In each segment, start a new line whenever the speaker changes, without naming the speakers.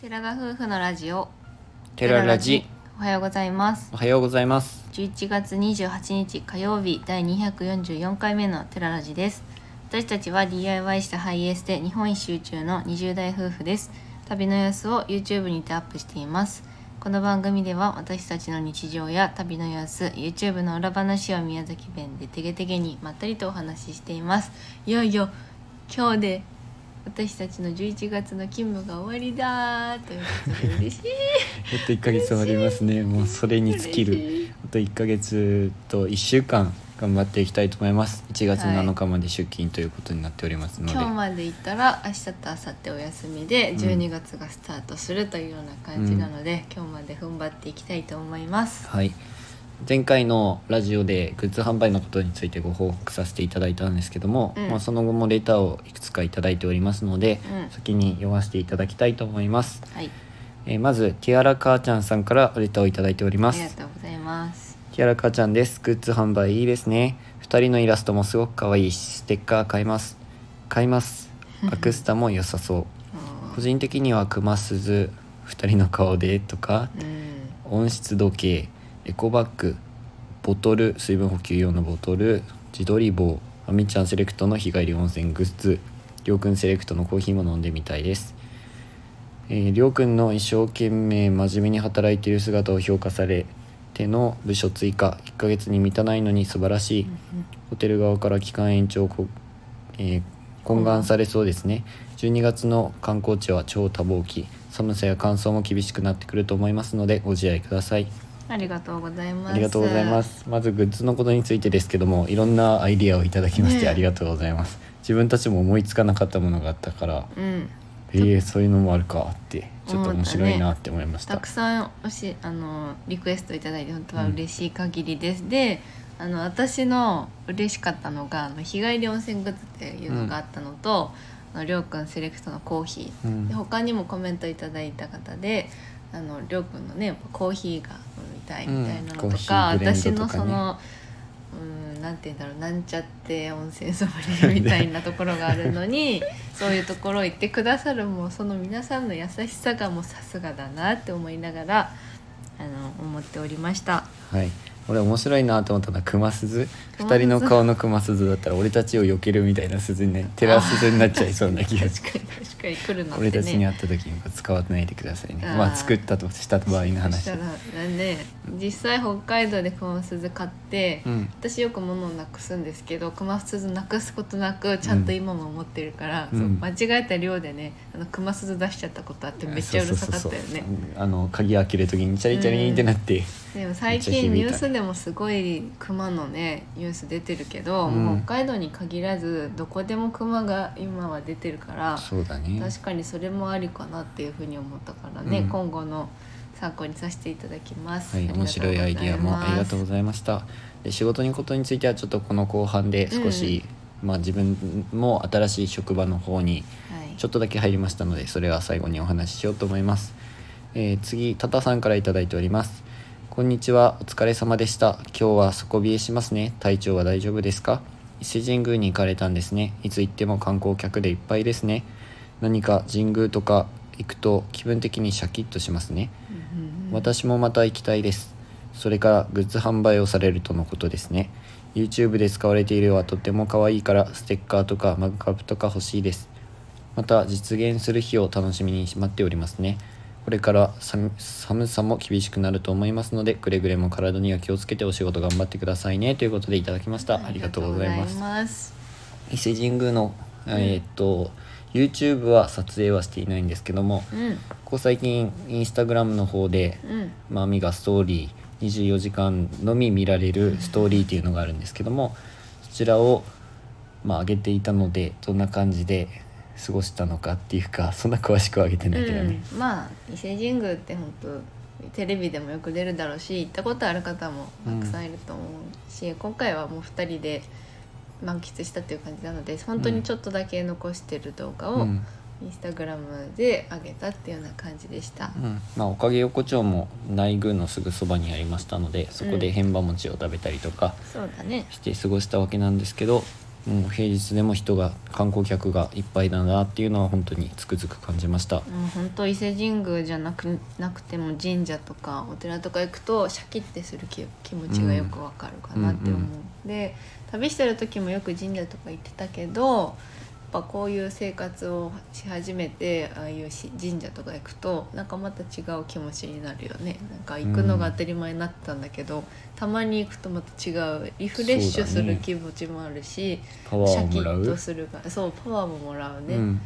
寺田夫婦のラジオ
テララジ
おはようございます
おはようございます
11月28日火曜日第244回目のテララジです私たちは DIY したハイエースで日本一周中の20代夫婦です旅の様子を YouTube にてアップしていますこの番組では私たちの日常や旅の様子 YouTube の裏話を宮崎弁でてげてげにまったりとお話ししていますいよいよ今日で私たちの11月の勤務が終わりだーということで嬉しい
やっと1ヶ月終わりますねもうそれに尽きる
嬉しい
あと1ヶ月と1週間頑張っていきたいと思います1月
はい
7日まで出勤ということになっておりますので、
今日まで行ったら明日と明後日お休みで
ん
12月がスタートするというような感じなので、今日まで踏ん張っていきたいと思います。
はい前回のラジオでグッズ販売のことについてご報告させていただいたんですけども、
うん
まあ、その後もレターをいくつかいただいておりますので、
うん
先に読ませていただきたいと思います、
はい、
えーまずティアラ母ちゃんさんからレターをいただいており
あ
ま
りが
す
とうございます。
キャラカちゃんです。グッズ販売いいですね。二人のイラストもすごく可愛いし、ステッカー買います。買います。アクスタも良さそう。個人的には熊鈴、二人の顔でとか、
うん、
温湿度計、エコバッグ、ボトル、水分補給用のボトル、自撮り棒、あみちゃんセレクトの日帰り温泉グッズ、りょうくんセレクトのコーヒーも飲んでみたいです。えー、りょうくんの一生懸命真面目に働いている姿を評価されての部署追加1ヶ月に満たないのに素晴らしい、ホテル側から期間延長をこ、えー懇願されそうですね12月の観光地は超多忙期寒さや乾燥も厳しくなってくると思いますのでご自愛ください
ありがとうございます。
ありがとうございま。すまずグッズのことについてですけどもいろんなアイディアをいただきまし
ね
てありがとうございます、自分たちも思いつかなかったものがあったから
うん、
えー、そういうのもあるかってちょっと面白いなって思いました
たくさんおしあのリクエストいただいて本当は嬉しい限りです。であの私の嬉しかったのがあの日帰り温泉グッズっていうのがあったのと、あのりょうくんセレクトのコーヒ
う
ーで
ん
他にもコメントいただいた方であのりょうくんのねやっぱコーヒーが飲みたいみたいなの
うんコー
と
ヒ
か,、
ーブレンドと
私
かね
のその。うんなんて言うんだろうなんちゃって温泉ソムリエみたいなところがあるの にそういうところ行ってくださるもうその皆さんの優しさがもうさすがだなって思いながらあの思っておりました
はい俺面白いなと思ったのは熊鈴
熊鈴
二人の顔の熊鈴だったら俺たちを避けるみたいな鈴にねテラス鈴になっちゃいそうな気が
確かに確かに来るのってね
俺たちに会った時に使わないでくださいね
あー
まあ作ったとした場
そ
合の
し
話
たらね実際北海道で熊鈴買って、
うん
私よく物をなくすんですけど熊鈴なくすことなくちゃんと今も持ってるから、
うん
そう
うん
間違えた量でねあの熊鈴出しちゃったことあってめっちゃうるさかったよ
そうそうそう
ね
そうあの鍵開ける時にチャリチャリってなって
でも最
めっちゃ
近
響い
ニ
た
ュースでもすごい熊のねニュース出てるけど、
うん
もう北海道に限らずどこでも熊が今は出てるから
そうだね
確かにそれもありかなっていうふうに思ったからね、
うん
今後の参考にさせていただきます。
はい、面白いアイディアもありがとうご
ざい
ざいましたで仕事のことについてはちょっとこの後半で少し、まあ、自分も新しい職場の方に
ます。はい、
ちょっとだけ入りましたのでそれは最後にお話ししようと思います、えー次タタさんから頂いいておりますこんにちはお疲れ様でした今日は底冷えしますね体調は大丈夫ですか伊勢神宮に行かれたんですねいつ行っても観光客でいっぱいですね何か神宮とか行くと気分的にシャキッとしますね
うんうんうん
私もまた行きたいですそれからグッズ販売をされるとのことですね YouTube で使われているはとても可愛いからステッカーとかマグカップとか欲しいですまた実現する日を楽しみに待っておりますねこれから寒寒さも厳しくなると思いますのでくれぐれも体には気をつけてお仕事頑張ってくださいねということでいただきましたありがとうございます
ありがとうございます
伊勢神宮の、えーっと YouTube は撮影はしていないんですけども
うん
ここ最近インスタグラムの方で
うん
まあ、みがストーリー24時間のみ見られるストーリーっていうのがあるんですけどもそちらを、まあ、上げていたのでどんな感じで過ごしたのかっていうかそんな詳しくは上げてないけどね、
うん、まあ伊勢神宮って本当テレビでもよく出るだろうし行ったことある方もたくさんいると思うし、今回はもう2人で満喫したっていう感じなので本当にちょっとだけ残してる動画
うん
をインスタグラムで上げたっていうような感じでした、
うんまあ、おかげ横丁も内宮のすぐそばにありましたのでそこで変場餅を食べたりとか
そうだね
して過ごしたわけなんですけど、もう平日でも人が観光客がいっぱいだなっていうのは本当につくづく感じました
もう本当伊勢神宮じゃなくなくても神社とかお寺とか行くとシャキッてする気気持ちがよくわかるかなって思う、
うんうん
で旅してる時もよく神社とか行ってたけどやっぱこういう生活をし始めてああいうし神社とか行くとなんかまた違う気持ちになるよねなんか行くのが当たり前になってたんだけど、たまに行くとまた違うリフレッシュする気持ちもあるし、
パワ
シ
ー
ャ
を
キ
もら
ッと
う、
するがそうパワーももらうね、
うん、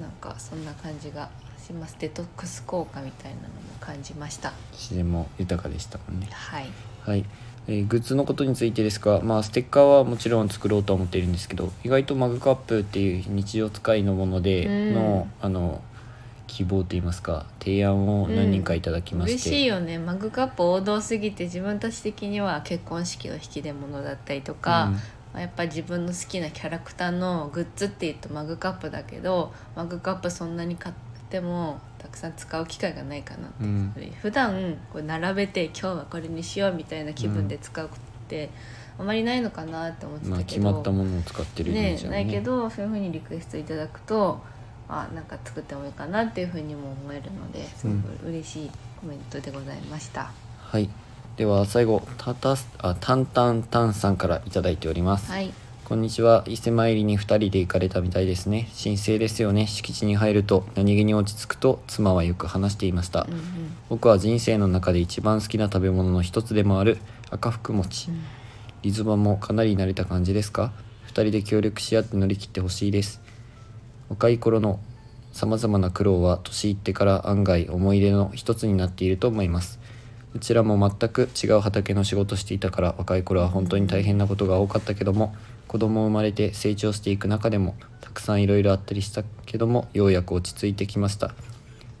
なんかそんな感じがしますデトックス効果みたいなのも感じました
自然も豊かでしたもんね
はい
はい、えーグッズのことについてですが、まあ、ステッカーはもちろん作ろうとは思っているんですけど意外とマグカップっていう日常使いのもので
うん
の,、あの希望といいますか提案を何人かいただきま
嬉
して、
しいよねマグカップ王道すぎて自分たち的には結婚式の引き出物だったりとか、
うん
まあやっぱ自分の好きなキャラクターのグッズっていうとマグカップだけどマグカップそんなに買ってもたくさん使う機会がないかなって
うん
普段こう並べて今日はこれにしようみたいな気分で使うことってあまりないのかなって思って
ま
た
あ、
け
決
ど、
まったものを使ってるイメー
ね
ジは
な
ね
いけどそういうふうにリクエストいただくとあなんか作ってもいいかなっていうふうにも思えるのですごく嬉しいコメントでございました、
はい、では最後たたすあタンタンタンさんからいただいております、
はい
こんにちは伊勢参りに2人で行かれたみたいですね神聖ですよね敷地に入ると何気に落ち着くと妻はよく話していました、
うんうん
僕は人生の中で一番好きな食べ物の一つでもある赤福餅
うん
リズバもかなり慣れた感じですか2人で協力し合って乗り切ってほしいです若い頃のさまざまな苦労は年いってから案外思い出の一つになっていると思いますうちらも全く違う畑の仕事していたから若い頃は本当に大変なことが多かったけども子供生まれて成長していく中でもたくさんいろいろあったりしたけどもようやく落ち着いてきました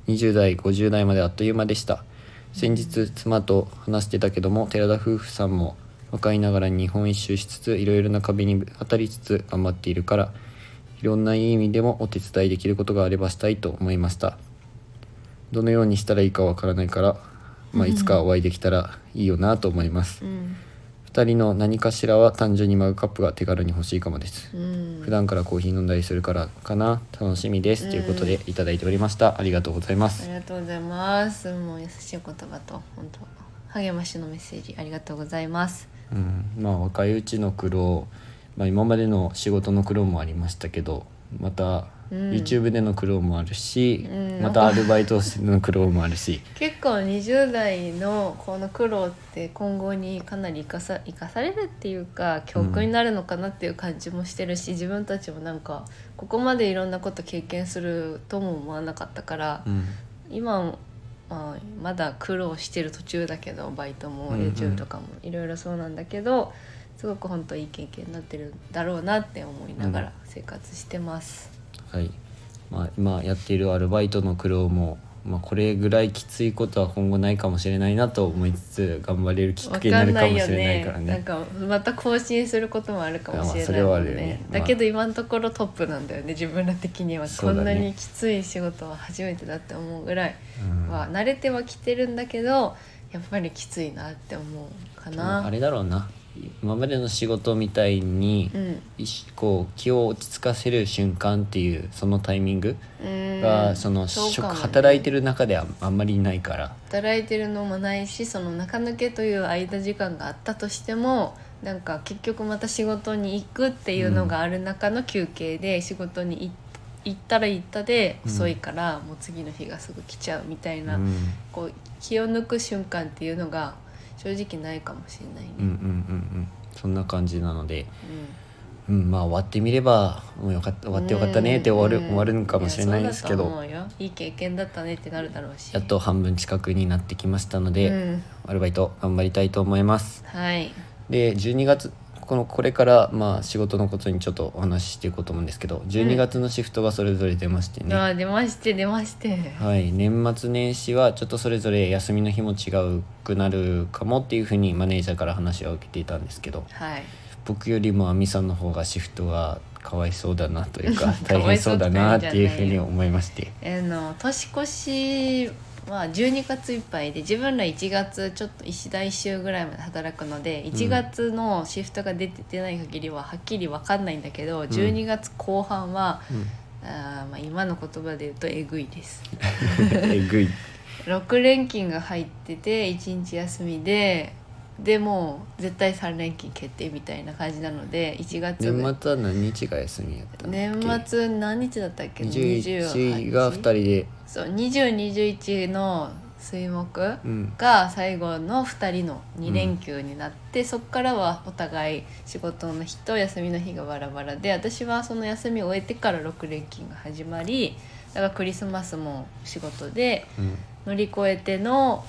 20代50代まであっという間でした先日妻と話してたけども寺田夫婦さんも若いながら日本一周しつついろいろな壁に当たりつつ頑張っているからいろんないい意味でもお手伝いできることがあればしたいと思いましたどのようにしたらいいかわからないから、まあ、いつかお会いできたらいいよなと思います、
うん
2人の何かしらは単純にマグカップが手軽に欲しいかもです、
うん
普段からコーヒー飲んだりするからかな楽しみです、ということでいただいておりましたありがとうございま
あ
す
りがとうございますもう優しいお言葉と本当励ましのメッセージありがとうございます
うん、まあ若いうちの苦労、まあ、今までの仕事の苦労もありましたけどまた
うん
YouTube での苦労もあるし、
うん
またアルバイトしての苦労もあるし
結構20代のこの苦労って今後にかなり生かさ生かされるっていうか教訓になるのかなっていう感じもしてるし、自分たちもなんかここまでいろんなこと経験するとも思わなかったから、
うん
今、まあ、まだ苦労してる途中だけどバイトも
うんうん
YouTube とかもいろいろそうなんだけど、すごく本当いい経験になってるんだろうなって思いながら生活してます。
はいまあ、今やっているアルバイトの苦労も、まあ、これぐらいきついことは今後ないかもしれないなと思いつつ頑張れるきっ
わ
かけにな
か
る
ん
か
な
も
い
し
よ
れない
ね
から
なん
ね。
かまた更新することもあるかもし
まあ
れ
そ
ない
れは
も
あ
ん
るよ
ね,、
ねまあ
だけど今のところトップなんだよね自分ら的には、
そ
こ
うだ
ん
ね
なにきつい仕事は初めてだって思うぐらい
うん
は、慣れてはきてるんだけどやっぱりきついなって思うかな
あれだろうな今までの仕事みたいに、
うん
一こう気を落ち着かせる瞬間っていうそのタイミングが、
うん
その
そうか
職
もね
働いてる中ではあんまりないから
働いてるのもないしその中抜けという間時間があったとしてもなんか結局また仕事に行くっていうのがある中の休憩で仕事に行っ行ったら行ったで
うん
遅いからもう次の日がすぐ来ちゃうみたい
うん
な、こう気を抜く瞬間っていうのが正直ないかもしれない
うんうんうんう
ね。
んそんな感じなので、
うん
うん、まあ終わってみればもうよかった終わってよかったねって終わる、終わるのかもしれないですけ
いやそうだ
ど
と思うよいい経験だったねってなるだろうし
やっと半分近くになってきましたので、
うん
アルバイト頑張りたいと思います。
はい
で12月このこれからまあ仕事のことにちょっとお話ししていこうと思うんですけど12月のシフトがそれぞれ出ましてね、
あー出まして出まして、
はい、年末年始はちょっとそれぞれ休みの日も違うくなるかもっていうふうにマネージャーから話は受けていたんですけど
はい
僕よりもあみさんの方がシフトがかわいそうだな というか
か
大
わい
変
そ
そうう
とか言う
だ
んじゃな
ないっていうふうに思いまして
あの年越しまあ12月いっぱいで自分ら1月ちょっと石田一周ぐらいまで働くので1月のシフトが出て出ない限りははっきり分かんないんだけど、12月後半はあーまあ今の言葉で言うとえぐいです。
え ぐい
6連勤が入ってて1日休みででもう絶対3連勤決定みたいな感じなので1月
年末は何日が休みやったんだっけ
年末何日だったっけ
21が2人で
そう2021の水木
うん
が最後の2人の2連休になって、そこからはお互い仕事の日と休みの日がバラバラで私はその休みを終えてから6連勤が始まりだからクリスマスも仕事で
うん
乗り越えての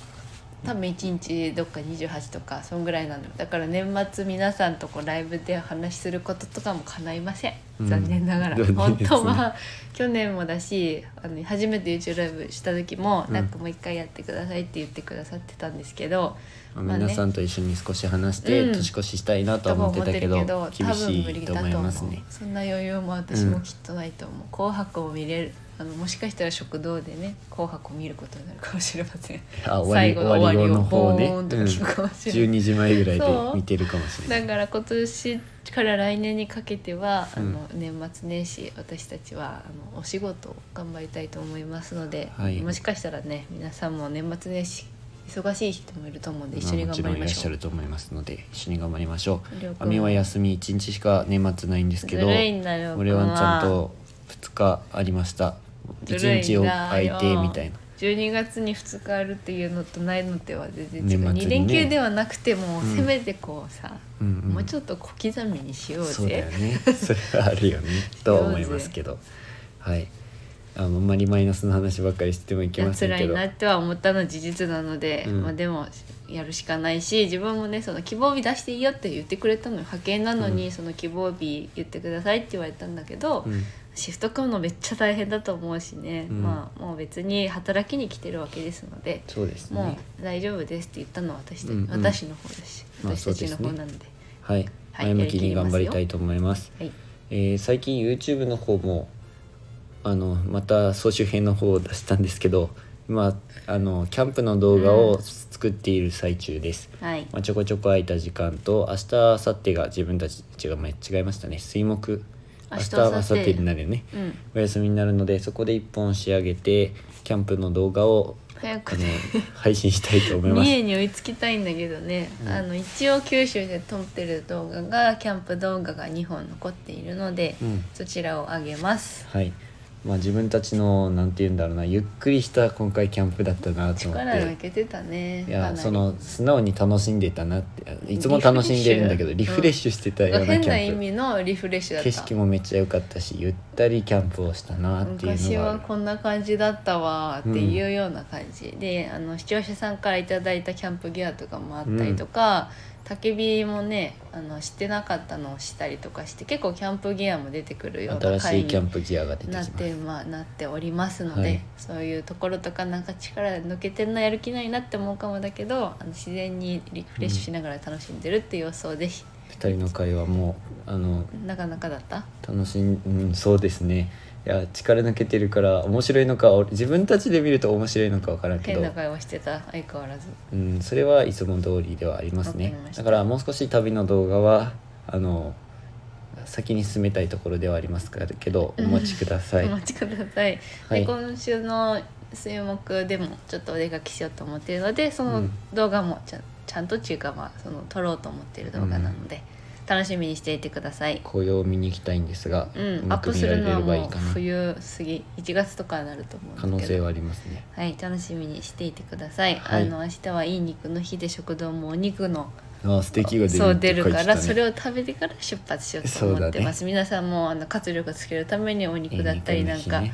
多分1日どっか28とかそんぐらいなのだから年末皆さんとこうライブでお話しすることとかも叶いません
うん
残念ながら、
残念
本
ですね
当は去年もだしあの初めて YouTube ライブした時も、
うん
なんかもう一回やってくださいって言ってくださってたんですけど
まあ
まあね
皆さんと一緒に少し話して
うん
年越ししたいなとは思ってたけど
多分
厳し
無理
いと
だ
思いますね
そんな余裕も私もきっとないと思う、紅白を見れるあのもしかしたら食堂でね紅白を見ることになるかもしれません
あ終わり終わり後の方ね
ボーンと
うん
聞くかもしれない、
12時前ぐらいで
そう
見てるかもしれない
だから今年から来年にかけては、
うん
あの年末年始私たちはあのお仕事を頑張りたいと思いますので、
はい
もしかしたらね皆さんも年末年始忙しい人もいると思うんで一緒に
まあ
頑
もち
張
ろ
り
んい
ま
らっ
し
しゃ
ょう。
ると思いますので一緒に頑張りましょ
りょう
う
くん
アミは休み1日しか年末ないんですけど
ずるいんだよ
俺はちゃんと2日ありました
ずるい
1
な
日を空いてみたいな
12月に2日あるっていうのとないのでは全
年
然違う、
末にね
2連休ではなくても、
うん
せめてこうさ、
うんうん
もうちょっと小刻みにしようぜ
そうだよ ねそれはあるよねとは思いますけどはいあんまりマイナスの話ばっかりしてもいけません
辛
け
い
ど
なっては思ったのは事実なので、
うん
まあでもやるしかないし自分もねその希望日出していいよって言ってくれたのよ派遣なのに、その希望日言ってくださいって言われたんだけど、
うん
シフト組むのめっちゃ大変だと思うしね、
うん
まあもう別に働きに来てるわけですので、
そうです
も
ね
う大丈夫ですって言ったのは私,、
うんうん
私の方だし
まあ
私たちの
そう
方
ですね
なので。
はい
はい
前向きに頑張りたいと思います
はい
えー最近 YouTube の方もあのまた総集編の方を出したんですけど今あのキャンプの動画を作っている最中です、
はい
まあ、ちょこちょこ空いた時間と明日明後日が自分たち違うまあ違いましたね水木
明
明
日
日
明
明
後日
後日になるよね
うん、
お休みになるのでそこで1本仕上げてキャンプの動画を
早
あ
く
の
ね
配信したいと思いま
三
す。
重に追いつきたいんだけどね、
うん
あの一応九州で撮ってる動画がキャンプ動画が2本残っているので、
うん
そちらを上げます
はいまあ、自分たちのなんて言うんだろうなゆっくりした今回キャンプだったなと思っ
力抜
て
けてたね
い
かな
や
り
その素直に楽しんでたなってあのいつも楽しんでるんだけど
リ
リ
フ
フ
レ
レ
ッ
ッ
シ
シュしてた
な
よ
んか
うな
変
キ
な
ャ
意
ンプ
味のリフレッシュだった
景色もめっちゃ良かったしゆったりキャンプをしたなっていう
昔
のがあ
は
る
こんな感じだったわーっていうような感じ、であの視聴者さんからいただいたキャンプギアとかもあったりとか、焚き火もねあの知ってなかったのをしたりとかして結構キャンプギアも出てくるような
新しい
に
キャンプギアが出てき
な
ま
っ
す
て,、まあ、なっておりますので、
はい
そういうところとかなんか力抜けてんなやる気ないなって思うかもだけどあの自然にリフレッシュしながら楽しんでるっていう様子をぜひ、
2人の会話もあの
なかなかだった
楽しん、うん、そうですねいや力抜けてるから面白いのか俺自分たちで見ると面白いのか分からんけ
変
ど
な会話してた相変わらず
うん、それはいつも通りではあります
わ
ね
かりました
だからもう少し旅の動画はあの先に進めたいところではありますけどお待ちください、
お待ちください、
はい
で今週の水木でもちょっとお出かけしようと思っているのでそうの
ん
動画もちゃ,、ん、ちゃんとっていうかまあその撮ろうと思っている動画なので、楽しみにしていてください
紅葉を見に行きたいんですが、
うん、
ま
アッ
く
プ
見
す
ら
る
れ
の
れ
は
ばい
も
いうかな
冬過ぎ1月とかになると思うんです
可
けど
能性はありますね
はい楽しみにしていてください、
はい
あの明日はいい肉の日で食堂もお肉の
ああ素敵が出る
そう出る
って書い
か
てた
ら
ね
それを食べてから出発しようと思ってます、皆さんもあの活力つけるためにお肉だったりなんか
いい肉の日ね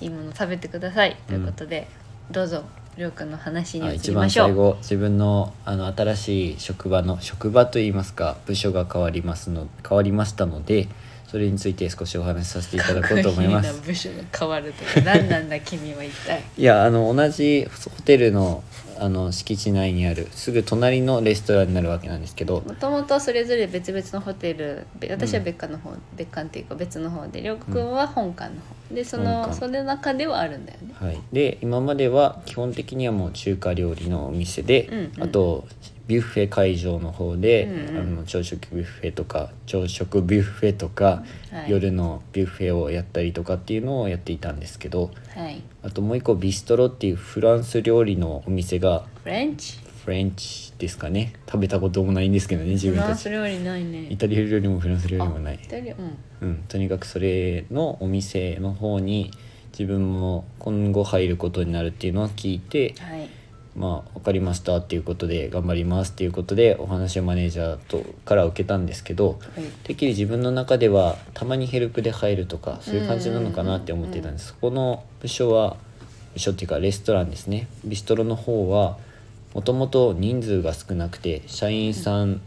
いいもの食べてくださいということで、どうぞりょうくんの話に
あ
移
一
りま
番
しょ
最
う
後自分のあの新しい職場の職場といいますか部署が変わりますの変わりましたのでそれについて少しお話しさせていただこ
いう
と思いま
い
す
な部署が変わるとか何なんだ君は一 体
いやあの同じホテルのあの敷地内にあるすぐ隣のレストランになるわけなんですけど
もともとそれぞれ別々のホテルべ私は別館の方、別館っていうか別の方でりょうくんは本館の方でそ
本
の
館
その中ではあるんだよね
はい、で今までは基本的にはもう中華料理のお店で、
うんうん
あとビュッフェ会場の方で、
うんうん
あの朝食ビュッフェとか朝食ビュッフェとか、
はい
夜のビュッフェをやったりとかっていうのをやっていたんですけど
はい
あともう一個ビストロっていうフランス料理のお店が
フレンチ
フレンチですかね食べたこともないんですけどね自
フ
分
ラ
た
ン
ち
ス料理ない
イ
ね
タリア料理もフランス料理もない
イタリアうん
うん、とにかくそれのお店の方に自分も今後入ることになるっていうのを聞いて
はい
まあ分かりましたっていうことで頑張りますっていうことでお話をマネージャーとから受けたんですけどてっきり自分の中ではたまにヘルプで入るとかそういう感じなのかなって思ってたんですそこの部署は部署っていうかレストランですねビストロの方はもともと人数が少なくて社員さん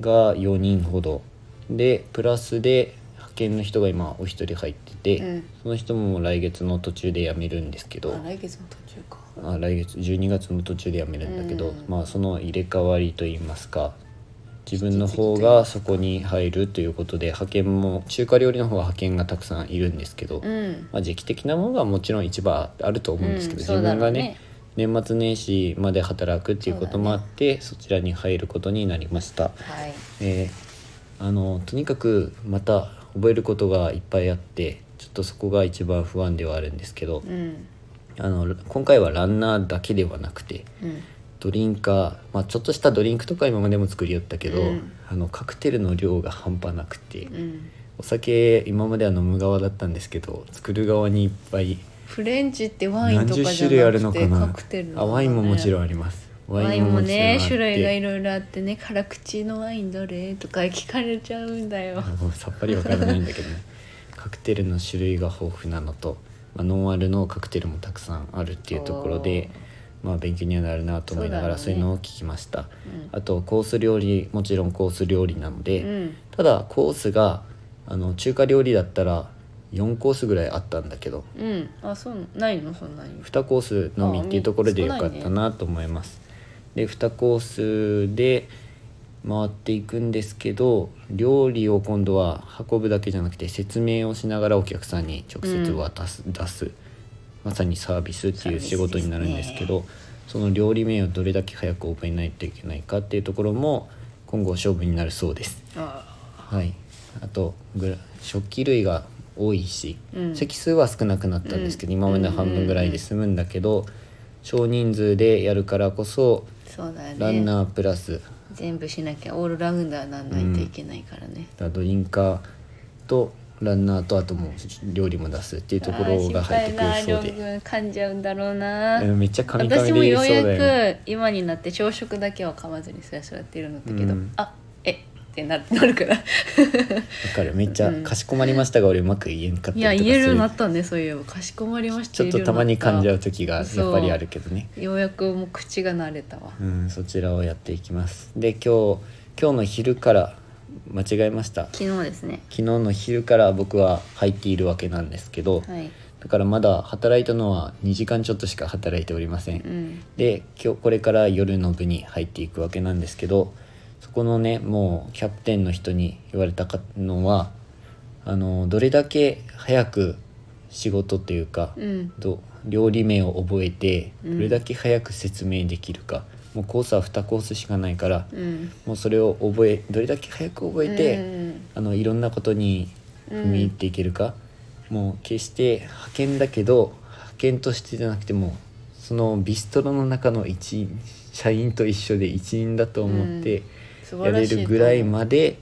が4人ほどでプラスで派遣の人が今お一人入ってて、
うん
その人も来月の途中で辞めるんですけど
あ来月の途中か
あ来月12月の途中で辞めるんだけど、
うん
まあその入れ替わりといいますか自分の方がそこに入るということで派遣も中華料理の方は派遣がたくさんいるんですけど、
うん
まあ、時期的なものがもちろん一番あると思うんですけど、
うん
自分がね
そ
年末年始まで働くっていうこともあってそ,、ちらに入ることになりました。
はい
えーあのとにかくまた覚えることがいっぱいあってちょっとそこが一番不安ではあるんですけど、
うん
あの今回はランナーだけではなくて
うん
ドリンカー、まあ、ちょっとしたドリンクとか今までも作りよったけど、
うん
あのカクテルの量が半端なくて、
うん
お酒今までは飲む側だったんですけど作る側にいっぱい
フレンチってワイン
何
とか
十
じ
種
ゃ
類
な
ある
く
の
て
か
カ
な
クテル
あワインももちろ
ん
んあります
ワインもね種類がい
る
ろいろあってね辛口のワインどれとか聞かれちゃうんだよ
さっぱりわからないんだけ どねカクテルの種類が豊富なのと、まあ、ノンアルのカクテルもたくさんあるっていうところで、まあ、勉強にはなるなと思いながら
そ
そう
だろうね
ういうのを聞きました。
うん
あとコース料理もちろんコース料理なので、
うん
ただコースがあの中華料理だったら4コースぐらいあったんだけど
うんあそうなないのそんなに
2コースのみっていうところでよかったなと思います。で2コースで回っていくんですけど料理を今度は運ぶだけじゃなくて説明をしながらお客さんに直接渡す、出すまさにサービスっていう仕事になるんですけどその料理名をどれだけ早く覚えないといけないかっていうところも今後勝負になるそうです。
あ
はい、あとぐら食器類が多いし、
うん
席数は少なくなったんですけど、
うん
今までの半分ぐらいで済むんだけど、少人数でやるからこそ
そうだよね
ランナープラス、だか
全部しなきゃオールラウンダーなんないといけないからね、
らドリンカーとランナーとあともう料理も出すっていうところが入ってくるそう
あー心配だ
で
りょうくん噛んじゃうんだろうな、
うんめっちゃ噛み噛
私
み
も
で言い
よ
そう
う
だよね。
やく今になって朝食だけは噛まずにスラスラってるのだけど、
うん
あえってななるから
わかるめっちゃかしこまりましたが俺うまく言えんかった
い
りと
や言え
か
るようになっ
する
たねそういえばかしこまりました
ちょっとたまに噛んじゃう時が
そう
やっぱりあるけどね。
ようやくもう口が慣れたわ
うん、そちらをやっていきます。で、今日、今日の昼から、間違えました。昨
昨日ですね
日の昼から僕は入っているわけなんですけど、
はい
だからまだ働いたのは2時間ちょっとしか働いておりませ
う
ん。
ん
で、今日、これから夜の部に入っていくわけなんですけど、そこのね、もうキャプテンの人に言われたかのは、あの、どれだけ早く仕事というか、
うん
と料理名を覚えて
うん
どれだけ早く説明できるか、もうコースは2コースしかないから
うん
もうそれを覚えどれだけ早く覚えて、
うん
あのいろんなことに踏み入っていけるか、もう決して派遣だけど派遣としてじゃなくてもそのビストロの中の一員社員と一緒で一員だと思って
素
や
晴ら
れ
しいと思
る
う
ぐらいまで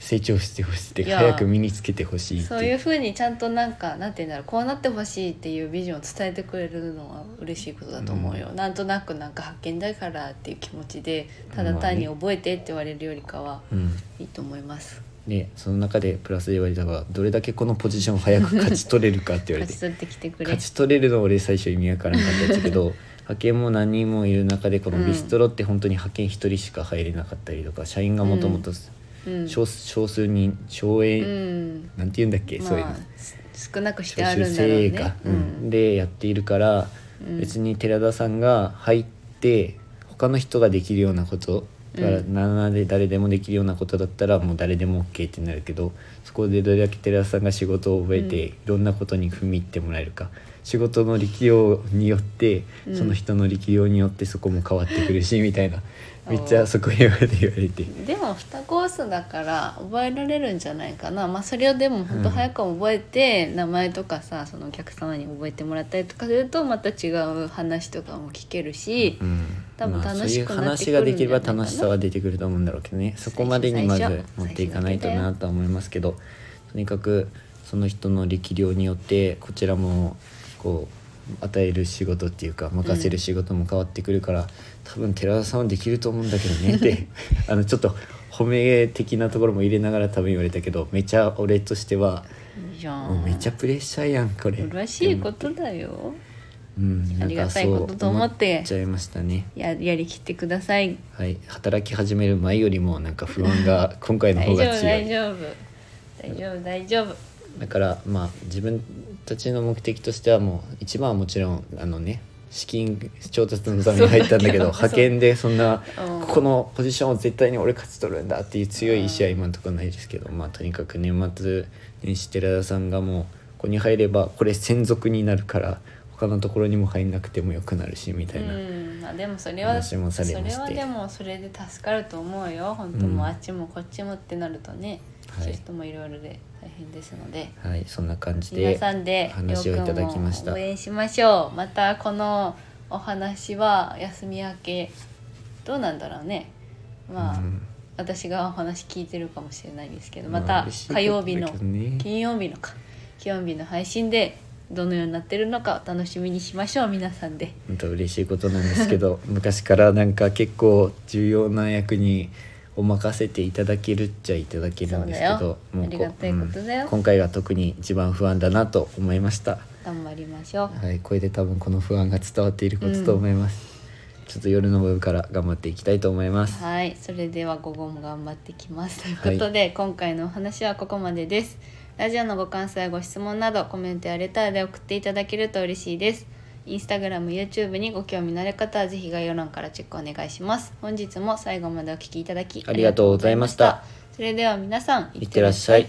成長してほしいって
いや
早く身につけてほしいって
そういうふうにちゃんとなんかなんて言うんだろうこうなってほしいっていうビジョンを伝えてくれるのは嬉しいことだと思うよ、なんとなくなんか発見だからっていう気持ちでただ単に覚えてって言われるよりかは
うん
いいと思います
でその中でプラスで言われたのはどれだけこのポジションを早く勝ち取れるかって言われ
勝ち取って
て
きてくれ
勝ち取れるの俺最初意味わからなかったんです けど派遣も何人もいる中でこのビストロって本当に派遣1人しか入れなかったりとか社員がもともと
うん
少少数人少
う
営、
ん
なんて言うんだっけ、そういう
ま
の
あす少なくして
少
あ
数
るんだろう
精鋭
ね
か、
う
うん
ん
でやっているから、
うん
別に寺田さんが入って他の人ができるようなことだから
うん
7で誰でもできるようなことだったらもう誰でも OK ってなるけどそこでどれだけ寺田さんが仕事を覚えて、
うん
いろんなことに踏み入ってもらえるか仕事の力量によって、
うん
その人の力量によってそこも変わってくるしみたいな
おー
めっちゃそこ言われて言われて。
でも2コースだから覚えられるんじゃないかな、まあ、それをでも本当早く覚えて、名前とかさそのお客様に覚えてもらったりとかするとまた違う話とかも聞けるし、
うん
多分
まあ
楽しくなって
そういう話
くるんじゃないかな
ができれば楽しさは出てくると思うんだろうけどねそこまでにまず
最初
持っていかないとなとは思いますけどとにかくその人の力量によってこちらもこう与える仕事っていうか任せる仕事も変わってくるから、多分寺田さんはできると思うんだけどねって あのちょっと褒め的なところも入れながら多分言われたけどめちゃ俺としては、
いいじゃ
もうんめちゃプレッシャーやんこれ。
嬉しいことだよ
うん、なんか
ありがたいことと思って
そう思っちゃいましたね。
ややりきってください
はい、働き始める前よりもなんか不 安が今回の
大
方
丈
が
夫
強
大
い
丈夫大丈夫大丈夫
だからまあ自分たちの目的としてはもう一番はもちろんあのね資金調達のために入ったんだ
そ
けど
うだけど
派遣でそんな
うん
ここのポジションを絶対に俺勝ち取るんだっていう強い意志は今のところないですけど、まあとにかく年末年始寺田さんがもうここに入ればこれ専属になるから他のところにも入んなくてもよくなるしみたいな、
うんまあ、でもそれは
話もされまして
それはでもそれで助かると思うよ本当
うん
もうあっちもこっちもってなるとね、
は
シ
い
フトもいろいろで大変ですので
はいそんな感じで
皆さんで
話をいただきました
りょうくんを応援しましょうまたこのお話は休み明けどうなんだろうねまあ、
うん
私がお話聞いてるかもしれないですけど
まあ
また
嬉しいこと
火曜日の
だけどね
金曜日のか金曜日の配信でどのようになってるのかお楽しみにしましょう皆さんで。
本当嬉しいことなんです けど昔からなんか結構重要な役にお任せていただけるっちゃいただけるんですけ
そう
ど
だよありがたいことだよ
今回が特に一番不安だなと思いました、
頑張りましょう。
はい、これで多分この不安が伝わっていることと思います、ちょっと夜の部から頑張っていきたいと思います
はい、それでは午後も頑張ってきますということで、今回のお話はここまでです。ラジオのご感想やご質問などコメントやレターで送っていただけると嬉しいです。インスタグラム、YouTube にご興味のある方はぜひ概要欄からチェックお願いします。本日も最後までお聞きいただき
ありがとうございまし
あ
た
りがとうございました。それでは皆さん、
いってらっしゃい